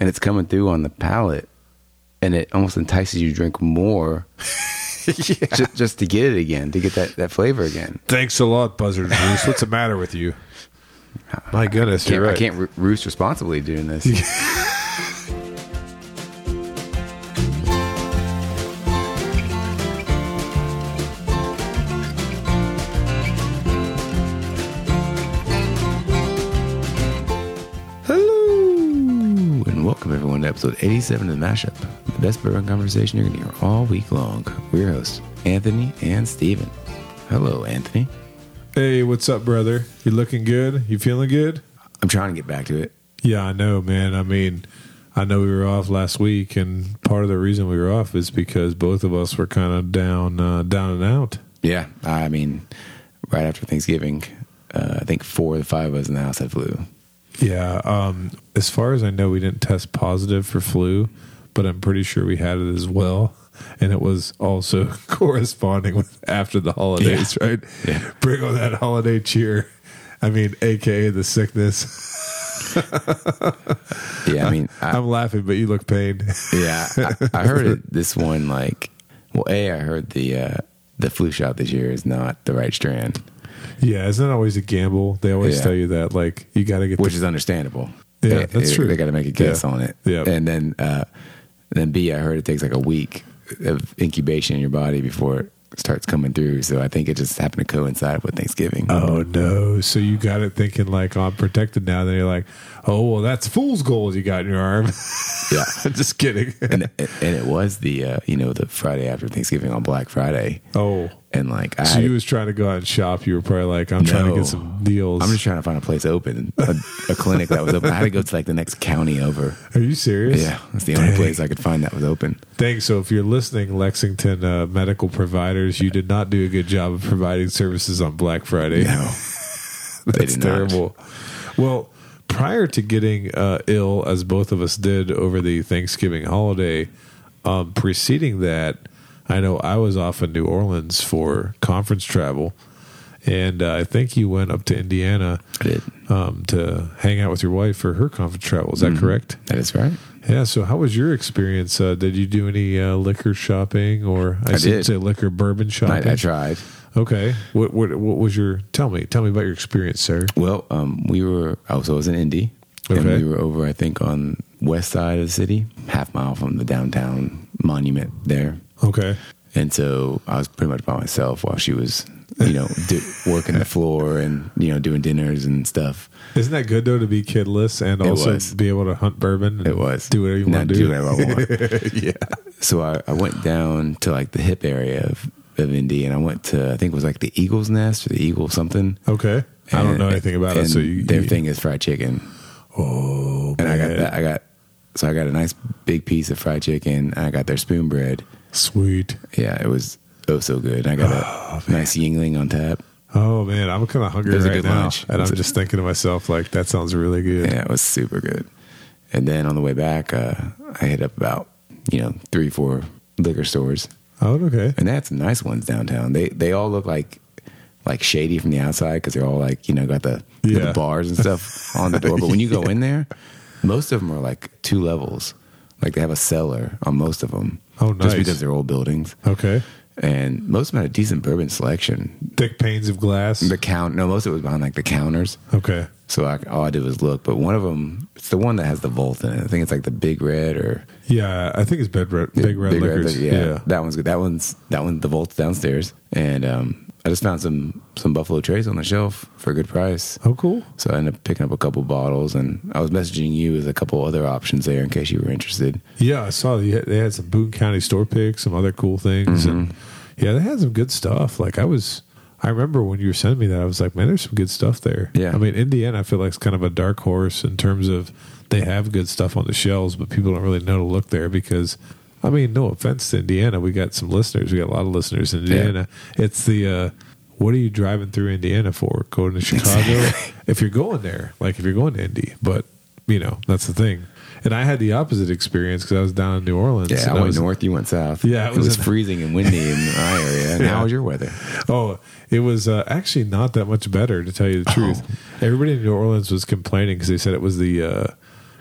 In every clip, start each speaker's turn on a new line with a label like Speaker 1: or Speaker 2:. Speaker 1: and it's coming through on the palate, and it almost entices you to drink more
Speaker 2: yeah.
Speaker 1: just, just to get it again, to get that, that flavor again.
Speaker 2: Thanks a lot, Buzzard Juice. What's the matter with you? My goodness,
Speaker 1: Can't-
Speaker 2: you're right.
Speaker 1: I can't roo- roost responsibly doing this. Hello, and welcome everyone to episode 87 of the Mashup, the best bourbon conversation you're going to hear all week long. We're your hosts, Anthony and Steven. Hello, Anthony.
Speaker 2: Hey, what's up, brother? You looking good? You feeling good?
Speaker 1: I'm trying to get back to it.
Speaker 2: Yeah, I know, man. I mean, I know we were off last week, and part of the reason we were off is because both of us were kind of down, uh, down and out.
Speaker 1: Yeah, I mean, right after Thanksgiving, uh, I think four of the five of us in the house had flu.
Speaker 2: Yeah. Um, as far as I know, we didn't test positive for flu, but I'm pretty sure we had it as well. And it was also corresponding with after the holidays, right?
Speaker 1: Yeah.
Speaker 2: Bring on that holiday cheer. I mean, AKA the sickness.
Speaker 1: Yeah, I mean, I,
Speaker 2: I'm laughing, but you look pained.
Speaker 1: yeah, I, I heard it, this one like, well, a I heard the uh, the flu shot this year is not the right strand,
Speaker 2: yeah. Isn't it always a gamble? They always
Speaker 1: Yeah.
Speaker 2: tell you that, like, you got to get the
Speaker 1: which is understandable.
Speaker 2: Yeah,
Speaker 1: They-
Speaker 2: that's
Speaker 1: they-
Speaker 2: true.
Speaker 1: They got to make a guess
Speaker 2: Yeah.
Speaker 1: on it.
Speaker 2: Yeah.
Speaker 1: and then uh, then B, I heard it takes like a week of incubation in your body before it starts coming through. So I think it just happened to coincide with Thanksgiving.
Speaker 2: Oh no! So you got it thinking like "Oh, I'm protected now. Then you're like, oh well, that's fool's gold you got in your arm.
Speaker 1: yeah.
Speaker 2: Just kidding.
Speaker 1: And, and it was the uh, you know the Friday after Thanksgiving on Black Friday,
Speaker 2: oh,
Speaker 1: and like I
Speaker 2: so you was trying to go out and shop. You were probably like, I'm trying to
Speaker 1: No.
Speaker 2: get some deals.
Speaker 1: I'm just trying to find a place open, a, a clinic that was open. I had to go to like the next county over.
Speaker 2: Are you serious?
Speaker 1: Yeah, that's the only
Speaker 2: Dang.
Speaker 1: place I could find that was open.
Speaker 2: Thanks. So if you're listening, Lexington uh, medical providers, you did not do a good job of providing services on Black Friday.
Speaker 1: No, they
Speaker 2: That's
Speaker 1: did not.
Speaker 2: terrible. Well, prior to getting uh, ill, as both of us did over the Thanksgiving holiday, um, preceding that, I know I was off in New Orleans for conference travel, and uh, I think you went up to Indiana
Speaker 1: I did.
Speaker 2: um, to hang out with your wife for her conference travel. Is that
Speaker 1: Mm-hmm.
Speaker 2: correct?
Speaker 1: That is right.
Speaker 2: Yeah. So, how was your experience? Uh, did you do any uh, liquor shopping, or I,
Speaker 1: I
Speaker 2: should
Speaker 1: did.
Speaker 2: say liquor bourbon shopping?
Speaker 1: I, I tried.
Speaker 2: Okay. What, what what was your? Tell me. Tell me about your experience, sir.
Speaker 1: Well, um, we were. I was, I was in Indy, and
Speaker 2: Okay.
Speaker 1: we were over. I think on west side of the city, half mile from the downtown monument there.
Speaker 2: Okay.
Speaker 1: And so I was pretty much by myself while she was, you know, do, working the floor and you know doing dinners and stuff.
Speaker 2: Isn't that good though to be kidless and
Speaker 1: It
Speaker 2: also
Speaker 1: was.
Speaker 2: be able to hunt bourbon? and
Speaker 1: It was
Speaker 2: do whatever you
Speaker 1: Now
Speaker 2: want to do.
Speaker 1: Do whatever I want.
Speaker 2: yeah,
Speaker 1: so I, I went down to like the hip area of, of Indy and I went to, I think it was like the Eagle's Nest or the Eagle something.
Speaker 2: okay. I don't
Speaker 1: And-
Speaker 2: know anything about it,
Speaker 1: and
Speaker 2: so you,
Speaker 1: their
Speaker 2: you-
Speaker 1: thing is fried chicken.
Speaker 2: Oh,
Speaker 1: And I got
Speaker 2: man.
Speaker 1: that. I got, so I got a nice big piece of fried chicken and I got their spoon bread.
Speaker 2: Sweet.
Speaker 1: Yeah, it was oh so good. And I got a nice yingling on tap.
Speaker 2: Oh man, I'm kind of hungry
Speaker 1: It was a
Speaker 2: right
Speaker 1: good
Speaker 2: now,
Speaker 1: lunch.
Speaker 2: and
Speaker 1: It was
Speaker 2: I'm
Speaker 1: a-
Speaker 2: just thinking to myself like, that sounds really good.
Speaker 1: Yeah, it was super good. And then on the way back, uh, I hit up about, you know, three, four liquor stores.
Speaker 2: Oh, okay.
Speaker 1: and they had some nice ones downtown. They they all look like like shady from the outside because they're all like you know got the,
Speaker 2: Yeah.
Speaker 1: the bars and stuff on the door. But when you go in there, most of them are like two levels. Like they have a cellar on most of them.
Speaker 2: Oh, nice.
Speaker 1: Just because they're old buildings,
Speaker 2: Okay.
Speaker 1: and most of them had a decent bourbon selection.
Speaker 2: Thick panes of glass.
Speaker 1: The count, no, most of it was behind like the counters.
Speaker 2: Okay.
Speaker 1: So I, all I did was look. But one of them, it's the one that has the vault in it. I think it's like the Big Red or
Speaker 2: Yeah, I think it's bed red, big red liquors.
Speaker 1: Liquor, yeah, that one's good. That one's that one. The vault's downstairs, and um, I just found some some Buffalo Trace on the shelf for a good price.
Speaker 2: Oh, cool.
Speaker 1: So I ended up picking up a couple bottles, and I was messaging you with a couple other options there in case you were interested.
Speaker 2: Yeah, I saw they had, they had some Boone County store picks, some other cool things, and yeah, they had some good stuff. Like I was, I remember when you were sending me that, I was like, man, there's some good stuff there.
Speaker 1: Yeah.
Speaker 2: I mean, Indiana, I feel like it's kind of a dark horse in terms of they have good stuff on the shelves, but people don't really know to look there because. I mean, no offense to Indiana. We got some listeners. We got a lot of listeners in
Speaker 1: Yeah.
Speaker 2: Indiana. It's the, uh, what are you driving through Indiana for? Going to Chicago? if you're going there, like if you're going to Indy, but you know that's the thing. And I had the opposite experience because I was down in New Orleans.
Speaker 1: Yeah,
Speaker 2: and
Speaker 1: I
Speaker 2: I
Speaker 1: went
Speaker 2: was-
Speaker 1: north, you went south.
Speaker 2: Yeah, it
Speaker 1: it, was,
Speaker 2: was in-
Speaker 1: freezing and windy in my area. And
Speaker 2: Yeah.
Speaker 1: How was your weather?
Speaker 2: Oh, it was uh, actually not that much better to tell you the truth. Everybody in New Orleans was complaining because they said it was the uh,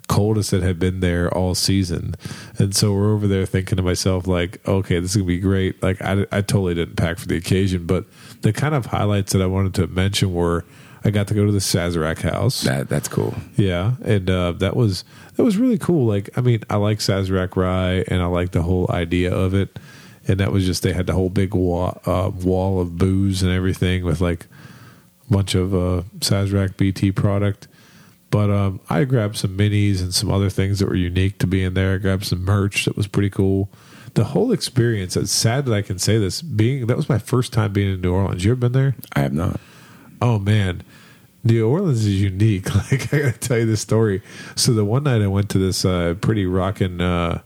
Speaker 2: coldest it had been there all season. And so we're over there thinking to myself, like, okay, this is going to be great. Like, I, I totally didn't pack for the occasion, but the kind of highlights that I wanted to mention were I got to go to the Sazerac house.
Speaker 1: That that's cool.
Speaker 2: Yeah, and uh, that was that was really cool. Like, I mean, I like Sazerac Rye, and I like the whole idea of it. And that was just they had the whole big wall, uh, wall of booze and everything with like a bunch of uh, Sazerac BT product. But um, I grabbed some minis and some other things that were unique to being there. I grabbed some merch that was pretty cool. The whole experience. It's sad that I can say this. Being that was my first time being in New Orleans. You ever been there?
Speaker 1: I have not.
Speaker 2: oh man new orleans is unique like i gotta tell you this story so the one night i went to this uh, pretty rocking uh,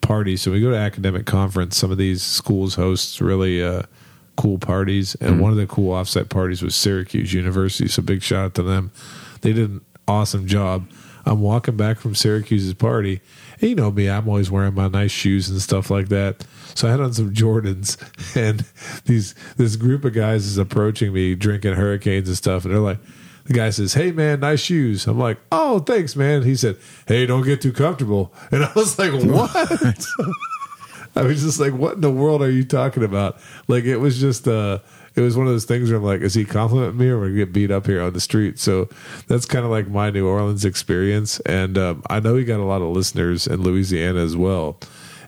Speaker 2: party so we go to academic conference some of these schools hosts really uh, cool parties and one of the cool offsite parties was syracuse university so big shout out to them they did an awesome job i'm walking back from syracuse's party and you know me i'm always wearing my nice shoes and stuff like that so i had on some jordans and these this group of guys is approaching me drinking hurricanes and stuff and they're like the guy says, "Hey man, nice shoes." I'm like, "Oh, thanks, man." He said, "Hey, don't get too comfortable," and I was like, "What?" I was just like, "What in the world are you talking about?" Like it was just, uh, it was one of those things where I'm like, "Is he complimenting me, or we're gonna get beat up here on the street?" So that's kind of like my New Orleans experience, and um, I know we got a lot of listeners in Louisiana as well.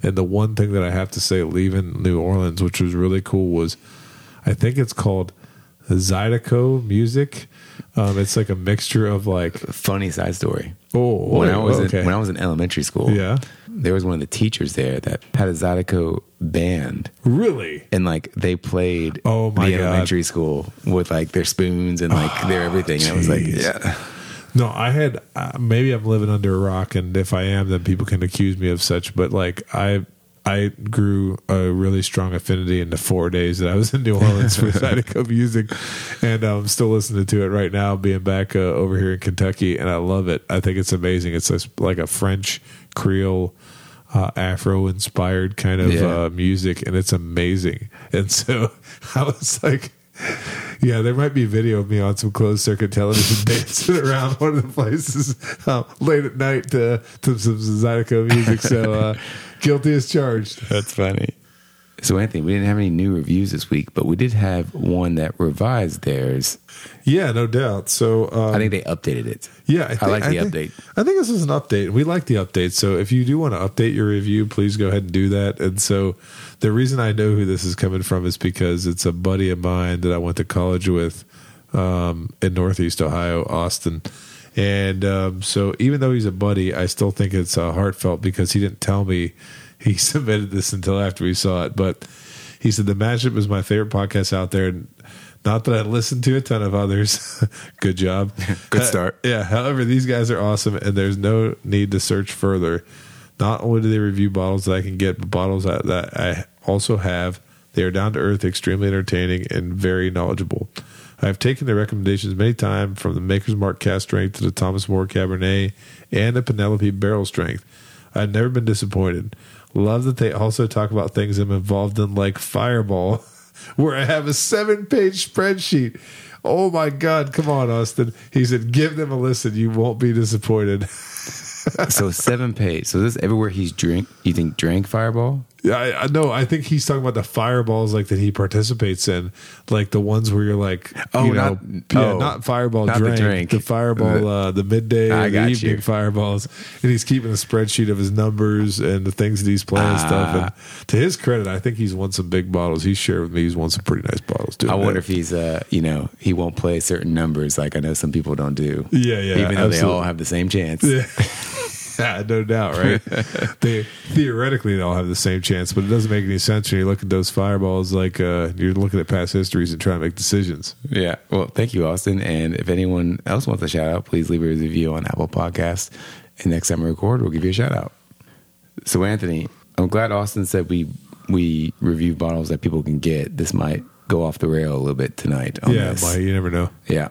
Speaker 2: And the one thing that I have to say, leaving New Orleans, which was really cool, was I think it's called Zydeco Music. Um, it's like a mixture of like
Speaker 1: Funny side story.
Speaker 2: oh
Speaker 1: When I was
Speaker 2: okay.
Speaker 1: in, when I was in elementary school,
Speaker 2: Yeah.
Speaker 1: there was one of the teachers there that had a Zydeco band,
Speaker 2: really
Speaker 1: and like they played
Speaker 2: Oh, my
Speaker 1: the
Speaker 2: God. Oh,
Speaker 1: elementary school with like their spoons and like their everything. And I was like,
Speaker 2: jeez.
Speaker 1: yeah,
Speaker 2: no I had uh, maybe I'm living under a rock and if I am then people can accuse me of such but like I I grew a really strong affinity in the four days that I was in New Orleans for Zydeco music and I'm still listening to it right now being back uh, over here in Kentucky and I love it I think it's amazing it's just like a French Creole uh, Afro inspired kind of
Speaker 1: Yeah.
Speaker 2: uh, music, and it's amazing. And so I was like, yeah, there might be video of me on some closed circuit television dancing around one of the places uh, late at night to, to some Zydeco music. So uh, guilty as charged.
Speaker 1: that's funny. So Anthony, we didn't have any new reviews this week, but we did have one that revised theirs.
Speaker 2: Yeah, no doubt. So um,
Speaker 1: I think they updated it.
Speaker 2: yeah,
Speaker 1: I like the
Speaker 2: think-
Speaker 1: update.
Speaker 2: I think this is an update. We like the update. So if you do want to update your review, please go ahead and do that. And so the reason I know who this is coming from is because it's a buddy of mine that I went to college with um, in Northeast Ohio, Austin. And um, so even though he's a buddy, I still think it's uh, heartfelt because he didn't tell me he submitted this until after we saw it. But he said the matchup is my favorite podcast out there. And not that I listened to a ton of others. Good job.
Speaker 1: Good start.
Speaker 2: Yeah. However, these guys are awesome, and there's no need to search further. Not only do they review bottles that I can get, but bottles that, that I also have. They are down to earth, extremely entertaining, and very knowledgeable. I have taken their recommendations many times from the Maker's Mark cast strength to the Thomas More Cabernet and the Penelope barrel strength. I've never been disappointed. Love that they also talk about things I'm involved in, like Fireball, where I have a seven page spreadsheet. Oh my God, come on, Austin. He said, give them a listen. You won't be disappointed.
Speaker 1: so seven page. So this everywhere he's drink. You think drank Fireball?
Speaker 2: Yeah, I, I know. I think he's talking about the fireballs like that he participates in, like the ones where you're like,
Speaker 1: Oh,
Speaker 2: you
Speaker 1: not-
Speaker 2: know,
Speaker 1: oh,
Speaker 2: yeah, not fireball
Speaker 1: not the
Speaker 2: drink, the
Speaker 1: drink.
Speaker 2: fireball,
Speaker 1: The-
Speaker 2: uh, the midday,
Speaker 1: I
Speaker 2: the
Speaker 1: got you.
Speaker 2: evening fireballs, and he's keeping a spreadsheet of his numbers and the things that he's playing
Speaker 1: Ah.
Speaker 2: and stuff. And to his credit, I think he's won some big bottles. He shared with me he's won some pretty nice bottles too.
Speaker 1: I wonder if he's uh you know he won't play certain numbers like I know some people don't do.
Speaker 2: Yeah, yeah,
Speaker 1: Even though they
Speaker 2: absolutely.
Speaker 1: all have the same chance.
Speaker 2: Yeah, no doubt, right? they theoretically they all have the same chance, but it doesn't make any sense when you look at those fireballs. Like uh, you're looking at past histories and trying to make decisions.
Speaker 1: Yeah. Well, thank you, Austin. And if anyone else wants a shout out, please leave a review on Apple Podcasts. And next time we record, we'll give you a shout out. So, Anthony, I'm glad Austin said we we review bottles that people can get. This might go off the rail a little bit tonight. On
Speaker 2: yeah,
Speaker 1: this.
Speaker 2: Mike, you never know.
Speaker 1: Yeah.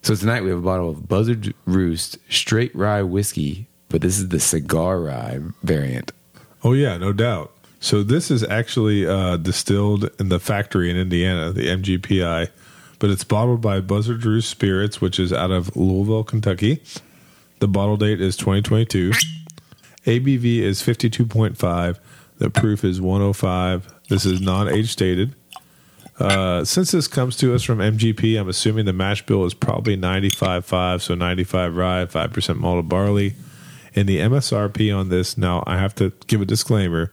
Speaker 1: So tonight we have a bottle of Buzzard Roost straight rye whiskey, but this is the cigar rye variant.
Speaker 2: Oh yeah, no doubt. So this is actually uh, distilled in the factory in Indiana, the MGPI, but it's bottled by Buzzard Drew Spirits, which is out of Louisville, Kentucky. The bottle date is 2022. ABV is 52.5. The proof is 105. This is non age stated. Uh, since this comes to us from MGP, I'm assuming the mash bill is probably 95.5, so 95 rye, 5% malted barley. And the MSRP on this, now I have to give a disclaimer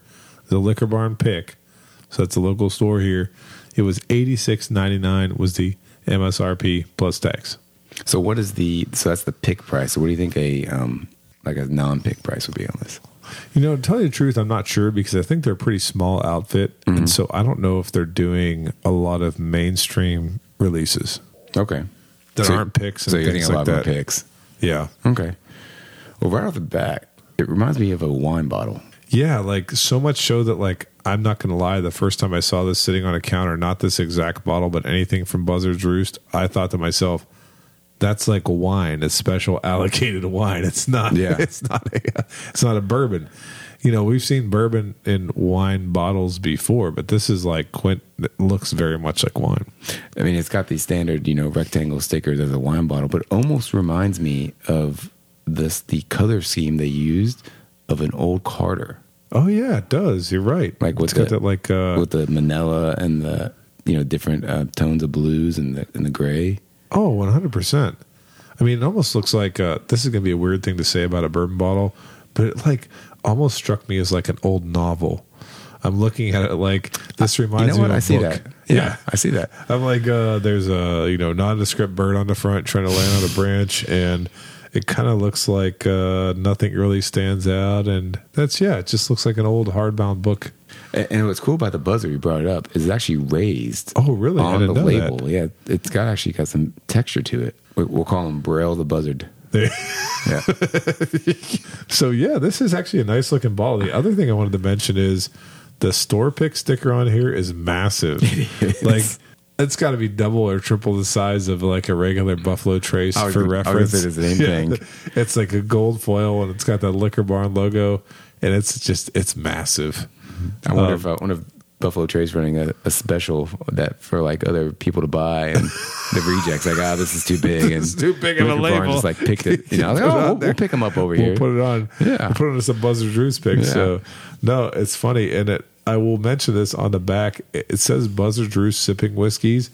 Speaker 2: the Liquor Barn Pick, so that's a local store here, it was 86.99 was the MSRP plus tax.
Speaker 1: So what is the so that's the pick price. So what do you think a um like a non pick price would be on this?
Speaker 2: You know, to tell you the truth, I'm not sure because I think they're a pretty small outfit.
Speaker 1: Mm-hmm.
Speaker 2: And so I don't know if they're doing a lot of mainstream releases
Speaker 1: Okay.
Speaker 2: that
Speaker 1: So-
Speaker 2: aren't picks and
Speaker 1: So you're
Speaker 2: things
Speaker 1: getting a
Speaker 2: like
Speaker 1: lot
Speaker 2: that.
Speaker 1: more picks.
Speaker 2: Yeah.
Speaker 1: Okay. Well right off the bat, it reminds me of a wine bottle.
Speaker 2: Yeah. Like so much so that, like, I'm not going to lie, the first time I saw this sitting on a counter, not this exact bottle, but anything from Buzzard's Roost, I thought to myself, that's like wine, a special allocated wine. It's not.
Speaker 1: Yeah.
Speaker 2: It's not. A, it's not a bourbon. You know, we've seen bourbon in wine bottles before, but this is like Quint. It looks very much like wine.
Speaker 1: I mean, it's got these standard, you know, rectangle stickers as a wine bottle, but it almost reminds me of this the color scheme they used of an old Carter
Speaker 2: Oh yeah, it does. You're right.
Speaker 1: Like with
Speaker 2: it's got
Speaker 1: the-
Speaker 2: that like uh,
Speaker 1: with the Manila and the you know different uh, tones of blues and the and the gray.
Speaker 2: oh 100. percent I mean, it almost looks like uh, this is gonna be a weird thing to say about a bourbon bottle, but it like almost struck me as like an old novel. I'm looking at it like this
Speaker 1: You
Speaker 2: reminds
Speaker 1: know what?
Speaker 2: me. Of a
Speaker 1: I see
Speaker 2: book.
Speaker 1: that. yeah, I see that.
Speaker 2: I'm like, uh, there's a you know nondescript bird on the front trying to land on a branch, and it kind of looks like uh, nothing really stands out, and that's yeah, it just looks like an old hardbound book.
Speaker 1: And, and what's cool about the buzzer you brought it up is it's actually raised
Speaker 2: Oh, really? I
Speaker 1: on the
Speaker 2: didn't know
Speaker 1: label.
Speaker 2: that.
Speaker 1: Yeah, it's got actually got some texture to it. We, we'll call him Braille the Buzzard.
Speaker 2: There-
Speaker 1: Yeah,
Speaker 2: So yeah, this is actually a nice looking ball. The other thing I wanted to mention is the store pick sticker on here is massive. Like it's got to be double or triple the size of like a regular Buffalo Trace
Speaker 1: I was
Speaker 2: for
Speaker 1: gonna- I was gonna
Speaker 2: reference.
Speaker 1: say the same thing.
Speaker 2: It's like a gold foil and it's got that liquor barn logo and it's just it's massive.
Speaker 1: I wonder
Speaker 2: Um,
Speaker 1: if I wonder if Buffalo Trace running a, a special that for like other people to buy and the rejects like ah this is too big and
Speaker 2: too big of a
Speaker 1: Lincoln Barn
Speaker 2: label.
Speaker 1: just like picked it. You know, I was like,
Speaker 2: Put
Speaker 1: oh,
Speaker 2: it on
Speaker 1: we'll,
Speaker 2: there.
Speaker 1: we'll pick him up over
Speaker 2: we'll
Speaker 1: here.
Speaker 2: put it on.
Speaker 1: Yeah.
Speaker 2: We'll put it on some Buzzard Drews pick.
Speaker 1: Yeah.
Speaker 2: So no, it's funny, and it. I will mention this on the back. It it says Buzzard Roost sipping whiskeys,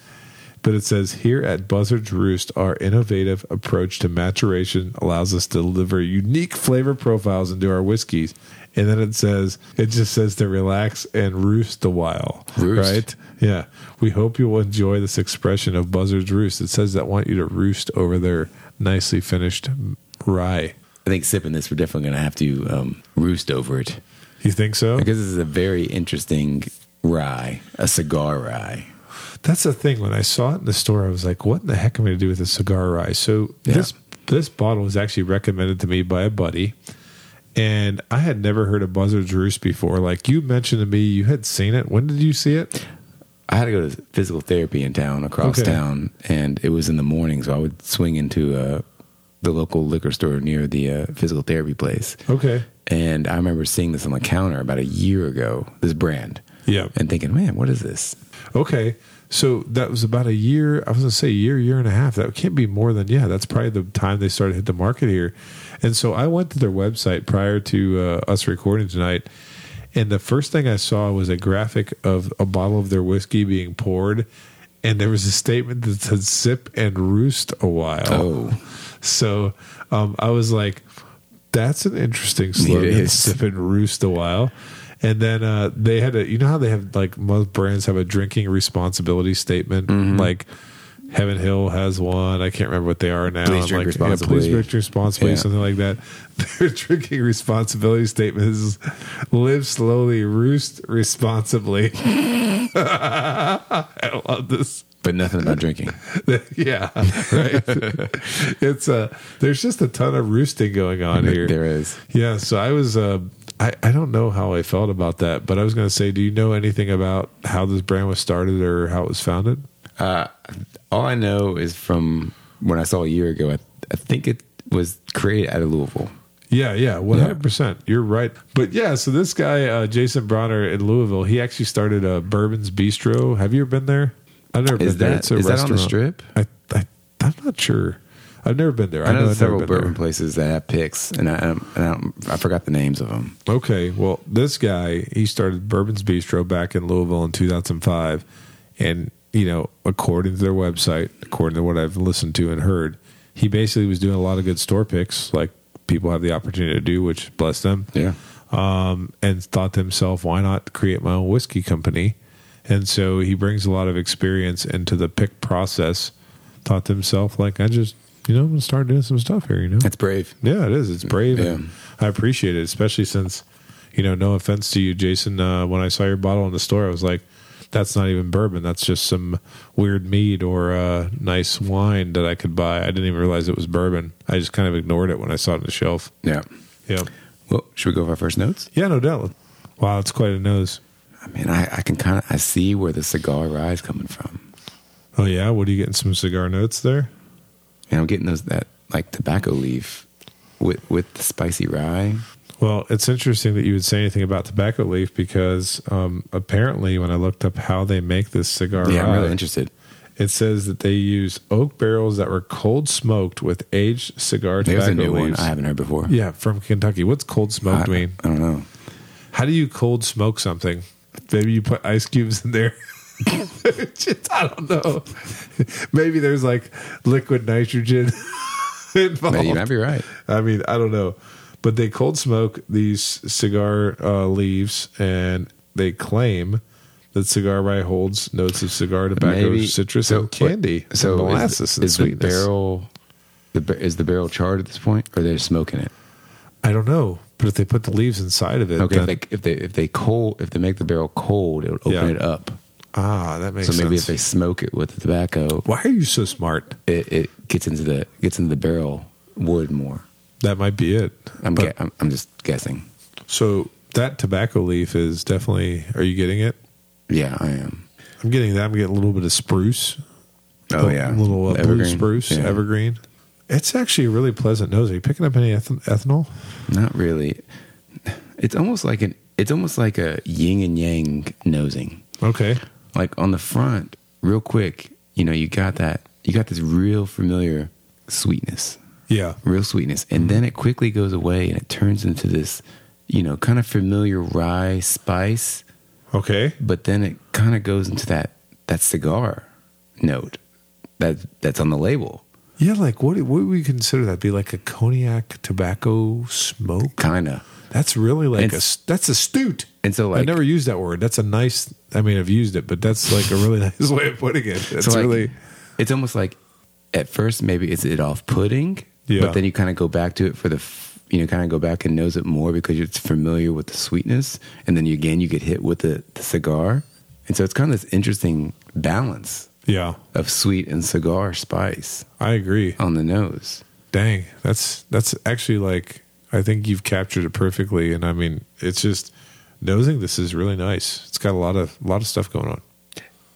Speaker 2: but it says here at Buzzard Roost, our innovative approach to maturation allows us to deliver unique flavor profiles into our whiskeys. And then it says it just says to relax and roost a while,
Speaker 1: Roost.
Speaker 2: right? Yeah. We hope you will enjoy this expression of Buzzard's Roost. It says that want you to roost over their nicely finished rye.
Speaker 1: I think sipping this, we're definitely going to have to um, roost over it
Speaker 2: You think so?
Speaker 1: because this is a very interesting rye, a cigar rye.
Speaker 2: That's the thing. When I saw it in the store, I was like, what in the heck am I going to do with a cigar rye? So
Speaker 1: Yeah.
Speaker 2: this this bottle was actually recommended to me by a buddy. And I had never heard of Buzzard's Roost before. Like you mentioned to me, you had seen it. When did you see it?
Speaker 1: I had to go to physical therapy in town, across
Speaker 2: Okay.
Speaker 1: town, and it was in the morning, so I would swing into uh, the local liquor store near the uh, physical therapy place.
Speaker 2: Okay.
Speaker 1: And I remember seeing this on the counter about a year ago, this brand,
Speaker 2: Yeah.
Speaker 1: and thinking, man, what is this?
Speaker 2: Okay. So that was about a year. I was going to say a year, year and a half. That can't be more than, yeah, that's probably the time they started to hit the market here. And so I went to their website prior to uh, us recording tonight. And the first thing I saw was a graphic of a bottle of their whiskey being poured. And there was a statement that said, sip and roost a while.
Speaker 1: Oh.
Speaker 2: So um, I was like, that's an interesting slogan,
Speaker 1: is.
Speaker 2: sip and roost a while. And then uh, they had a, you know how they have like most brands have a drinking responsibility statement,
Speaker 1: Mm-hmm.
Speaker 2: like Heaven Hill has one. I can't remember what they are now.
Speaker 1: Please
Speaker 2: I'm
Speaker 1: drink
Speaker 2: like,
Speaker 1: responsibly.
Speaker 2: please drink responsibly,
Speaker 1: Yeah.
Speaker 2: something like that. Their drinking responsibility statement is live slowly, roost responsibly. I love this
Speaker 1: But nothing about drinking.
Speaker 2: yeah, right. it's uh there's just a ton of roosting going on here.
Speaker 1: There is.
Speaker 2: Yeah, so I was uh I, I don't know how I felt about that, but I was gonna say, do you know anything about how this brand was started or how it was founded?
Speaker 1: Uh, all I know is from when I saw a year ago, I, I think it was created out of Louisville.
Speaker 2: Yeah, yeah, one hundred percent. You're right. But yeah, so this guy, uh, Jason Bronner in Louisville, he actually started a Bourbon's Bistro. Have you ever been there? I've never
Speaker 1: Is
Speaker 2: been there.
Speaker 1: that-
Speaker 2: It's a
Speaker 1: is that on the
Speaker 2: restaurant.
Speaker 1: Strip?
Speaker 2: I, I I'm not sure. I've never been there.
Speaker 1: I know
Speaker 2: I've never
Speaker 1: several
Speaker 2: been
Speaker 1: bourbon
Speaker 2: there.
Speaker 1: places that have picks, and I, and I, don't- I forgot the names of them.
Speaker 2: Okay, well, this guy he started Bourbon's Bistro back in Louisville in 2005, and you know, according to their website, according to what I've listened to and heard, he basically was doing a lot of good store picks, like people have the opportunity to do, which bless them.
Speaker 1: Yeah.
Speaker 2: um, and thought to himself, why not create my own whiskey company? And so he brings a lot of experience into the pick process. Thought to himself, like, I just, you know, I'm going to start doing some stuff here, you know?
Speaker 1: That's brave.
Speaker 2: yeah, it is. It's brave.
Speaker 1: Yeah.
Speaker 2: and I appreciate it, especially since, you know, no offense to you, Jason. Uh, when I saw your bottle in the store, I was like, that's not even bourbon. That's just some weird mead or uh, nice wine that I could buy. I didn't even realize it was bourbon. I just kind of ignored it when I saw it on the shelf.
Speaker 1: Yeah.
Speaker 2: Yeah.
Speaker 1: Well, should we go for our first notes?
Speaker 2: Yeah, no doubt. Wow, it's quite a nose.
Speaker 1: I mean, I, I can kind of I see where the cigar rye is coming from,
Speaker 2: Oh yeah, what are you getting? Some cigar notes there?
Speaker 1: and I'm getting those that like tobacco leaf with with the spicy rye.
Speaker 2: Well, it's interesting that you would say anything about tobacco leaf because um, apparently, when I looked up how they make this cigar,
Speaker 1: yeah, I'm
Speaker 2: rye,
Speaker 1: really interested.
Speaker 2: it says that they use oak barrels that were cold smoked with aged cigar
Speaker 1: There's
Speaker 2: tobacco
Speaker 1: a new one
Speaker 2: leaves.
Speaker 1: I haven't heard before.
Speaker 2: yeah, from Kentucky. What's cold
Speaker 1: I,
Speaker 2: smoked mean?
Speaker 1: I don't know.
Speaker 2: How do you cold smoke something? Maybe you put ice cubes in there. Just- I don't know. Maybe there's like liquid nitrogen involved.
Speaker 1: But you might be right.
Speaker 2: I mean, I don't know. But they cold smoke these cigar uh, leaves and they claim that cigar rye holds notes of cigar, tobacco,
Speaker 1: Maybe-
Speaker 2: citrus,
Speaker 1: so
Speaker 2: and candy.
Speaker 1: So
Speaker 2: and
Speaker 1: is-
Speaker 2: molasses
Speaker 1: is,
Speaker 2: and
Speaker 1: the
Speaker 2: sweetness.
Speaker 1: barrel the bar- is the barrel charred at this point, or they're smoking it?
Speaker 2: I don't know. But if they put the leaves inside of it,
Speaker 1: Okay,
Speaker 2: then-
Speaker 1: if they if they if they cold if they make the barrel cold, it would open
Speaker 2: Yeah.
Speaker 1: it up.
Speaker 2: ah, that makes
Speaker 1: so maybe
Speaker 2: sense.
Speaker 1: if they smoke it with the tobacco,
Speaker 2: Why are you so smart?
Speaker 1: it, it gets into the gets into the barrel wood more.
Speaker 2: That might be it.
Speaker 1: I'm
Speaker 2: But-
Speaker 1: gue- I'm, I'm just guessing.
Speaker 2: So that tobacco leaf is definitely. Are you getting it?
Speaker 1: Yeah, I am.
Speaker 2: I'm getting that. I'm getting a little bit of spruce.
Speaker 1: Oh
Speaker 2: a
Speaker 1: yeah,
Speaker 2: little uh,
Speaker 1: The
Speaker 2: blue
Speaker 1: evergreen.
Speaker 2: spruce,
Speaker 1: Yeah.
Speaker 2: evergreen. It's actually a really pleasant nose. Are you picking up any eth- ethanol?
Speaker 1: Not really. It's almost like an it's almost like a yin and yang nosing.
Speaker 2: Okay,
Speaker 1: Like on the front, real quick, you know, you got that you got this real familiar sweetness.
Speaker 2: yeah,
Speaker 1: real sweetness, and then it quickly goes away and it turns into this, you know, kind of familiar rye spice,
Speaker 2: okay,
Speaker 1: but then it kind of goes into that that cigar note that that's on the label,
Speaker 2: yeah. Like what? What would we consider that? Be like a cognac tobacco smoke?
Speaker 1: kind of.
Speaker 2: That's really like a.
Speaker 1: It's-
Speaker 2: s- That's astute.
Speaker 1: And so
Speaker 2: I
Speaker 1: like
Speaker 2: never used that word. That's a nice. I mean, I've used it, but that's like a really nice way of putting it. It's
Speaker 1: so like,
Speaker 2: really
Speaker 1: it's almost like at first maybe it's it off putting,
Speaker 2: Yeah.
Speaker 1: but then you kind of go back to it for the. F- you know, kind of go back and nose it more because it's familiar with the sweetness, and then you, again you get hit with the, the cigar, and so it's kind of this interesting balance
Speaker 2: yeah.
Speaker 1: of sweet and cigar spice
Speaker 2: I agree.
Speaker 1: on the nose.
Speaker 2: Dang, that's that's actually like I think you've captured it perfectly. And I mean, it's just nosing. This is really nice. It's got a lot of lot of stuff going on.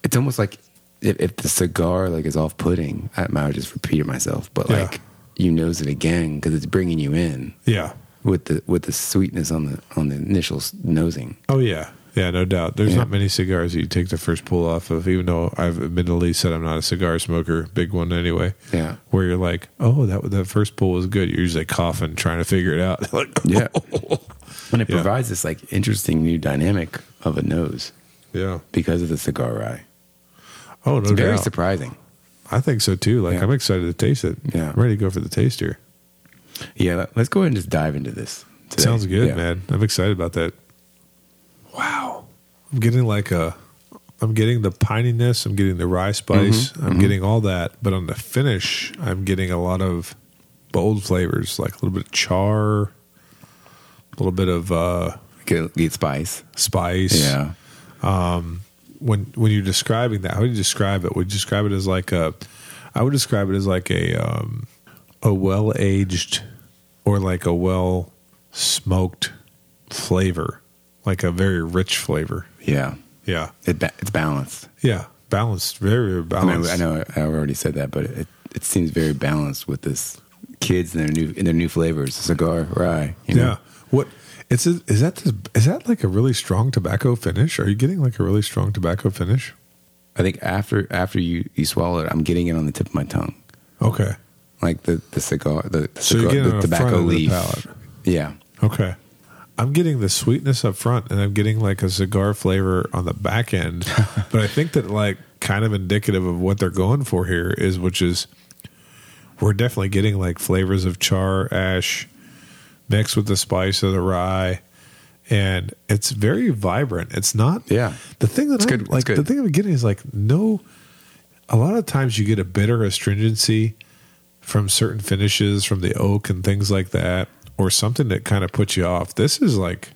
Speaker 1: It's almost like if, if the cigar like is off-putting, I might just repeat it myself, but
Speaker 2: Yeah.
Speaker 1: like you nose it again because it's bringing you in
Speaker 2: Yeah.
Speaker 1: with the with the sweetness on the on the initial s- nosing.
Speaker 2: Oh yeah. Yeah, no doubt. There's
Speaker 1: Yeah.
Speaker 2: not many cigars that you take the first pull off of, even though I've admittedly said I'm not a cigar smoker, big one anyway.
Speaker 1: Yeah.
Speaker 2: Where you're like, oh, that that first pull was good. You're usually coughing, trying to figure it out. like,
Speaker 1: Yeah. And it
Speaker 2: Yeah.
Speaker 1: provides this like interesting new dynamic of a nose
Speaker 2: yeah.
Speaker 1: because of the cigar rye.
Speaker 2: Oh,
Speaker 1: It's
Speaker 2: no
Speaker 1: very
Speaker 2: doubt.
Speaker 1: surprising.
Speaker 2: I think so too. Like,
Speaker 1: Yeah.
Speaker 2: I'm excited to taste it.
Speaker 1: Yeah.
Speaker 2: I'm ready to go for the taste here.
Speaker 1: Yeah, let- let's go ahead and just dive into this. today.
Speaker 2: Sounds good,
Speaker 1: Yeah.
Speaker 2: man. I'm excited about that. Wow. I'm getting like a I'm getting the pininess, I'm getting the rye spice,
Speaker 1: Mm-hmm.
Speaker 2: I'm getting all that, but on the finish, I'm getting a lot of bold flavors, like a little bit of char, a little bit of uh
Speaker 1: Get, get spice.
Speaker 2: spice.
Speaker 1: Yeah.
Speaker 2: When when you're describing that, how would you describe it? Would you describe it as like a I would describe it as like a um a well aged or like a well smoked flavor, like a very rich flavor.
Speaker 1: Yeah.
Speaker 2: Yeah.
Speaker 1: It ba- it's balanced.
Speaker 2: Yeah. Balanced. Very, very
Speaker 1: I, mean,
Speaker 2: balanced.
Speaker 1: I know I already said that, but it, it seems very balanced with this kids and their new and their new flavors, cigar, rye. You know?
Speaker 2: Yeah. What it's a, is that this, is that like a really strong tobacco finish? Are you getting like a really strong tobacco finish?
Speaker 1: I think after after you you swallow it, I'm getting it on the tip of my tongue.
Speaker 2: Okay.
Speaker 1: like the the cigar, the, the,
Speaker 2: So you're
Speaker 1: cigar,
Speaker 2: getting it
Speaker 1: the
Speaker 2: on the
Speaker 1: tobacco
Speaker 2: front of the
Speaker 1: leaf.
Speaker 2: palate.
Speaker 1: yeah,
Speaker 2: Okay. I'm getting the sweetness up front and I'm getting like a cigar flavor on the back end. but I think that like kind of indicative of what they're going for here is which is we're definitely getting like flavors of char, ash mixed with the spice of the rye and it's very vibrant. It's not
Speaker 1: Yeah.
Speaker 2: The thing that
Speaker 1: It's
Speaker 2: I'm,
Speaker 1: good. It's
Speaker 2: like
Speaker 1: good.
Speaker 2: the thing I'm getting is like no a lot of times you get a bitter astringency from certain finishes from the oak and things like that or something that kind of puts you off this is like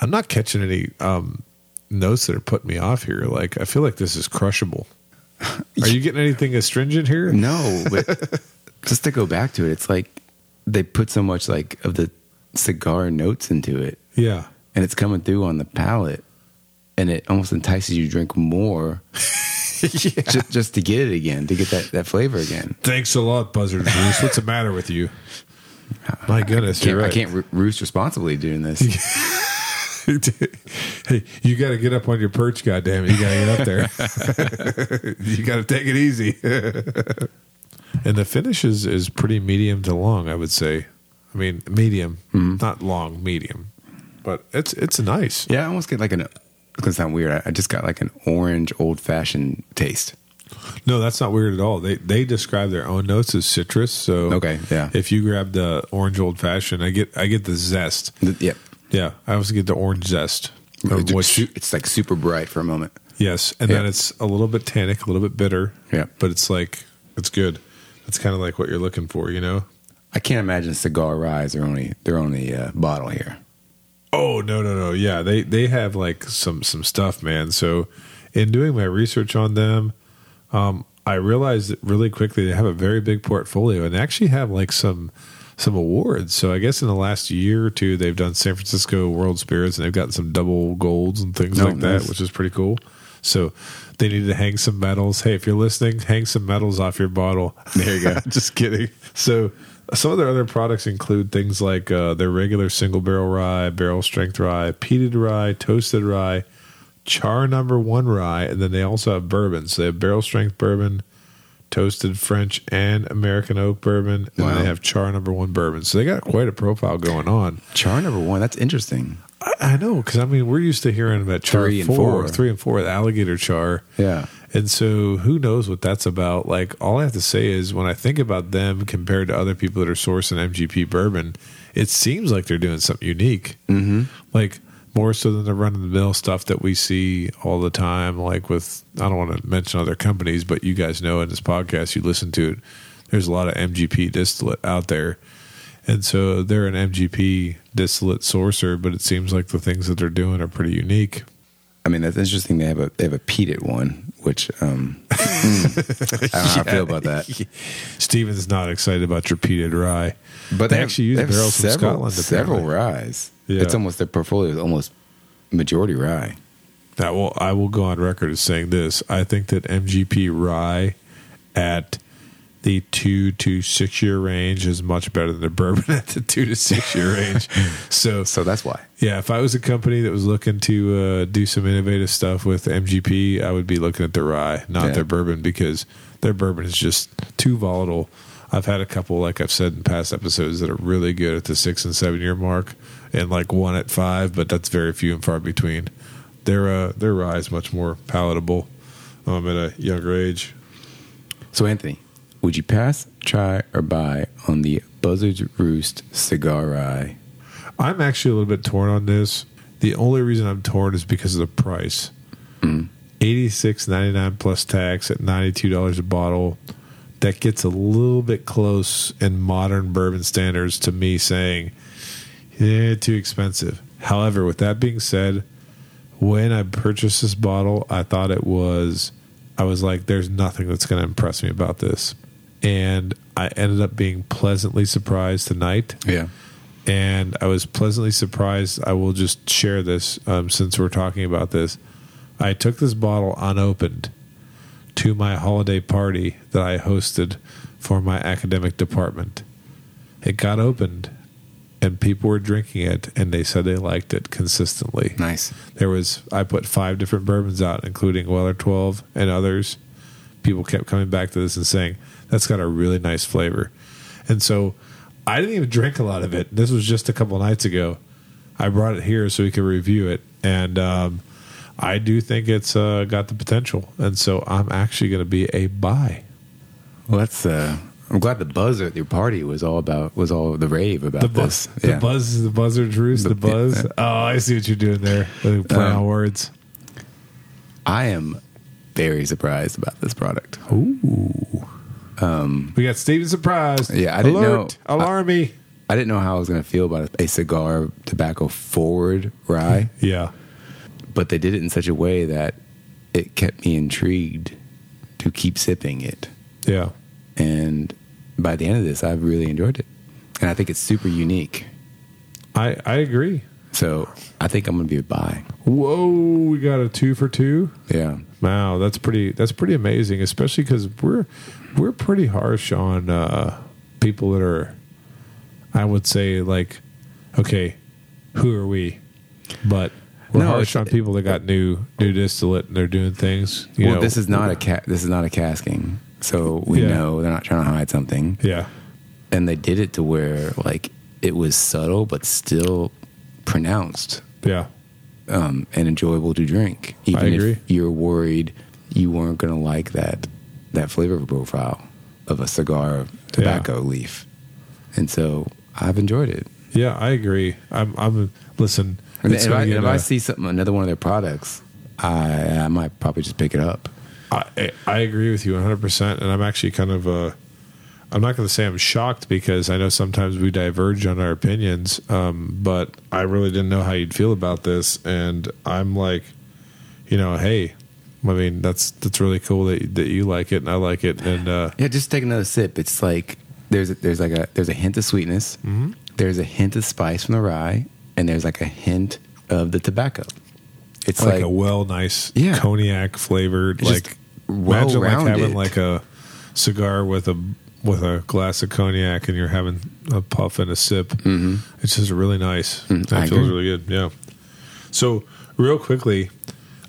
Speaker 2: i'm not catching any um notes that are putting me off here like i feel like this is crushable are you getting anything astringent here
Speaker 1: no, but just to go back to it, it's like they put so much like of the cigar notes into it,
Speaker 2: yeah
Speaker 1: and it's coming through on the palate, and it almost entices you to drink more. just, just to get it again, to get that, that flavor again.
Speaker 2: thanks a lot buzzard juice what's the matter with you my goodness
Speaker 1: Can't,
Speaker 2: you're right.
Speaker 1: I can't roo- roost responsibly doing this.
Speaker 2: hey, you got to get up on your perch, goddamn it! You got to get up there. you got to take it easy. and the finish is, is pretty medium to long, I would say. I mean, medium, not long, medium. But it's it's nice.
Speaker 1: Yeah, I almost get like an. It's gonna sound weird. I, I just got like an orange old fashioned taste.
Speaker 2: No, that's not weird at all. They they describe their own notes as citrus. So
Speaker 1: Okay, yeah.
Speaker 2: if you grab the orange old fashioned, I get I get the zest.
Speaker 1: Th- Yep.
Speaker 2: Yeah, I also get the orange zest. Or
Speaker 1: It's,
Speaker 2: what you-
Speaker 1: su- it's like super bright for a moment.
Speaker 2: Yes, and then
Speaker 1: Yeah.
Speaker 2: it's a little bit tannic, a little bit bitter.
Speaker 1: Yeah.
Speaker 2: but it's like it's good. It's kind of like what you're looking for, you know.
Speaker 1: I can't imagine cigar ryes are only they're on the uh, bottle here.
Speaker 2: Oh no no no! Yeah, they they have like some some stuff, man. So in doing my research on them, um, I realized that really quickly they have a very big portfolio and they actually have like some some awards. So I guess in the last year or two, they've done San Francisco World Spirits and they've gotten some double golds and things
Speaker 1: Oh,
Speaker 2: like
Speaker 1: nice.
Speaker 2: that, which is pretty cool. So they need to hang some medals. Hey, if you're listening, hang some medals off your bottle.
Speaker 1: There you go.
Speaker 2: Just kidding. So some of their other products include things like uh, their regular single barrel rye, barrel strength rye, peated rye, toasted rye, char number one rye, and then they also have bourbon. So they have barrel strength bourbon, toasted French and American oak bourbon, and
Speaker 1: Wow.
Speaker 2: they have char number one bourbon. So they got quite a profile going on.
Speaker 1: Char number one. That's interesting.
Speaker 2: I, I know because I mean we're used to hearing about char
Speaker 1: Three and
Speaker 2: four,
Speaker 1: four.
Speaker 2: three and four, the alligator char.
Speaker 1: Yeah.
Speaker 2: And so who knows what that's about? Like all I have to say is when I think about them compared to other people that are sourcing MGP bourbon, it seems like they're doing something unique. Mm-hmm. Like more so than the run of the mill stuff that we see all the time. Like with I don't want to mention other companies, but you guys know in this podcast you listen to it. There's a lot of MGP distillate out there. And so they're an MGP distillate sourcer, but it seems like the things that they're doing are pretty unique.
Speaker 1: I mean, that's interesting. They have a they have a peated one, which um, mm, I don't know how I feel about that.
Speaker 2: Steven's not excited about your peated rye.
Speaker 1: But
Speaker 2: They
Speaker 1: have-
Speaker 2: actually use
Speaker 1: they have
Speaker 2: barrels from
Speaker 1: several,
Speaker 2: Scotland,
Speaker 1: Several
Speaker 2: apparently.
Speaker 1: ryes.
Speaker 2: Yeah.
Speaker 1: It's almost their portfolio is almost majority rye.
Speaker 2: That will I will go on record as saying this. I think that MGP rye at the two to six year range is much better than the bourbon at the two to six year range. So
Speaker 1: So that's why.
Speaker 2: yeah, if I was a company that was looking to uh, do some innovative stuff with MGP, I would be looking at the rye, not
Speaker 1: Yeah.
Speaker 2: their bourbon, because their bourbon is just too volatile. I've had a couple, like I've said in past episodes, that are really good at the six and seven year mark, and like one at five, but that's very few and far between. Their uh, their rye is much more palatable um, at a younger age.
Speaker 1: So Anthony, would you pass, try, or buy on the Buzzard's Roost cigar rye?
Speaker 2: I'm actually a little bit torn on this. The only reason I'm torn is because of the price.
Speaker 1: Mm-hmm.
Speaker 2: Eighty six ninety nine plus tax at ninety two dollars a bottle. That gets a little bit close in modern bourbon standards to me saying, yeah, too expensive. However, with that being said, when I purchased this bottle, I thought it was, I was like, there's nothing that's going to impress me about this. And I ended up being pleasantly surprised tonight
Speaker 1: Yeah.
Speaker 2: and I was pleasantly surprised. I will just share this um, since we're talking about this. I took this bottle unopened to my holiday party that I hosted for my academic department. It got opened, and people were drinking it, and they said they liked it consistently.
Speaker 1: Nice.
Speaker 2: There was I put five different bourbons out, including Weller Twelve and others. People kept coming back to this and saying That's got a really nice flavor. And so I didn't even drink a lot of it. This was just a couple nights ago. I brought it here so we could review it. And um, I do think it's uh, got the potential. And so I'm actually going to be a buy.
Speaker 1: Well, that's. Uh, I'm glad the buzz at your party was all about was all the rave about
Speaker 2: The
Speaker 1: this.
Speaker 2: buzz, the buzz, the buzzard's roost, the,
Speaker 1: The-
Speaker 2: buzz. Oh, I see what you're doing there. The Play on
Speaker 1: Um,
Speaker 2: words.
Speaker 1: I am very surprised about this product.
Speaker 2: Ooh. Um, we got Steven surprised.
Speaker 1: Yeah, I didn't
Speaker 2: Alert,
Speaker 1: know-
Speaker 2: Alarmy.
Speaker 1: I didn't know how I was going to feel about a cigar tobacco forward rye,
Speaker 2: yeah.
Speaker 1: but they did it in such a way that it kept me intrigued to keep sipping it.
Speaker 2: Yeah.
Speaker 1: And by the end of this, I've really enjoyed it. And I think it's super unique.
Speaker 2: I, I agree.
Speaker 1: So I think I'm going to be a buy.
Speaker 2: Whoa, we got a two for two.
Speaker 1: Yeah.
Speaker 2: Wow, that's pretty. That's pretty amazing, especially because we're we're pretty harsh on uh, people that are. I would say like, okay, who are we? But we're
Speaker 1: No,
Speaker 2: harsh
Speaker 1: it's-
Speaker 2: on people that got new new distillate and they're doing things. You
Speaker 1: well,
Speaker 2: know.
Speaker 1: this is not a ca- this is not a casking. So we
Speaker 2: Yeah.
Speaker 1: know they're not trying to hide something.
Speaker 2: yeah,
Speaker 1: And they did it to where like it was subtle but still pronounced.
Speaker 2: yeah,
Speaker 1: um, and enjoyable to drink. Even
Speaker 2: agree.
Speaker 1: if you're worried you weren't going to like that that flavor profile of a cigar tobacco leaf, and so I've enjoyed it.
Speaker 2: yeah. I agree. I'm. I'm. Listen.
Speaker 1: And
Speaker 2: it's
Speaker 1: if
Speaker 2: gonna
Speaker 1: I,
Speaker 2: get uh,
Speaker 1: if I
Speaker 2: a-
Speaker 1: see something another one of their products, I I might probably just pick it up.
Speaker 2: I, I agree with you 100%. And I'm actually kind of, uh, I'm not going to say I'm shocked because I know sometimes we diverge on our opinions, um, but I really didn't know how you'd feel about this. And I'm like, you know, hey, I mean, that's, that's really cool that, that you like it and I like it. And, uh,
Speaker 1: Yeah, just take another sip. It's like there's a, there's like a there's a hint of sweetness, there's a hint of spice from the rye, and there's like a hint of the tobacco. It's
Speaker 2: like,
Speaker 1: like,
Speaker 2: a well, nice
Speaker 1: Yeah.
Speaker 2: cognac flavored,
Speaker 1: Just
Speaker 2: like, imagine like having
Speaker 1: well-rounded.
Speaker 2: like a cigar with a, with a glass of cognac and you're having a puff and a sip.
Speaker 1: Mhm.
Speaker 2: It's just really nice.
Speaker 1: Mm,
Speaker 2: that
Speaker 1: I agree.
Speaker 2: feels really good. Yeah. So real quickly,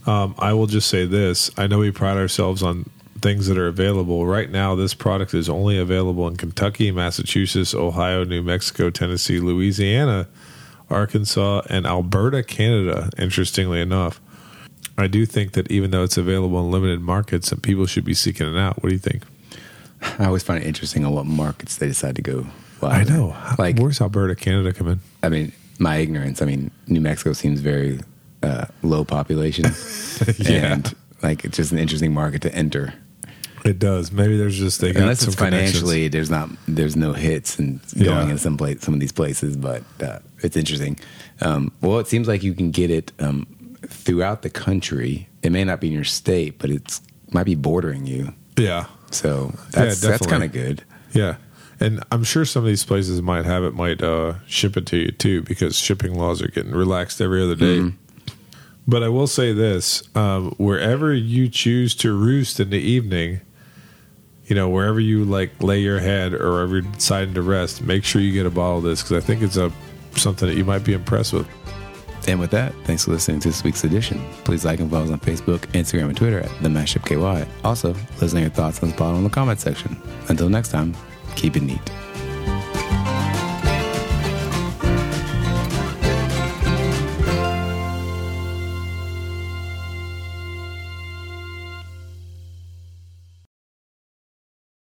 Speaker 2: um, I will just say this: I know we pride ourselves on things that are available. Right now, this product is only available in Kentucky, Massachusetts, Ohio, New Mexico, Tennessee, Louisiana, Arkansas, and Alberta, Canada. Interestingly enough. I do think that even though it's available in limited markets, that people should be seeking it out. What do you think?
Speaker 1: I always find it interesting on what markets they decide to go.
Speaker 2: I
Speaker 1: wild.
Speaker 2: know.
Speaker 1: Like,
Speaker 2: Where's Alberta, Canada come in?
Speaker 1: I mean, my ignorance. I mean, New Mexico seems very uh, low population,
Speaker 2: Yeah.
Speaker 1: and like it's just an interesting market to enter.
Speaker 2: It does. Maybe there's just they got
Speaker 1: Unless
Speaker 2: some
Speaker 1: it's financially, there's not, there's no hits and
Speaker 2: Yeah.
Speaker 1: going in some place, some of these places, but uh, it's interesting. Um, well, it seems like you can get it um, throughout the country. It may not be in your state, but it's might be bordering you.
Speaker 2: Yeah,
Speaker 1: So that's that's
Speaker 2: definitely.
Speaker 1: kind of good.
Speaker 2: yeah, and I'm sure some of these places might have it, might uh, ship it to you too, because shipping laws are getting relaxed every other day.
Speaker 1: Mm-hmm.
Speaker 2: But I will say this: um, wherever you choose to roost in the evening, you know, wherever you like lay your head or wherever you're deciding to rest, make sure you get a bottle of this because I think it's a something that you might be impressed with.
Speaker 1: And with that, thanks for listening to this week's edition. Please like and follow us on Facebook, Instagram, and Twitter at the Mashup KY. Also, let us know your thoughts on the bottom in the comment section. Until next time, keep it neat.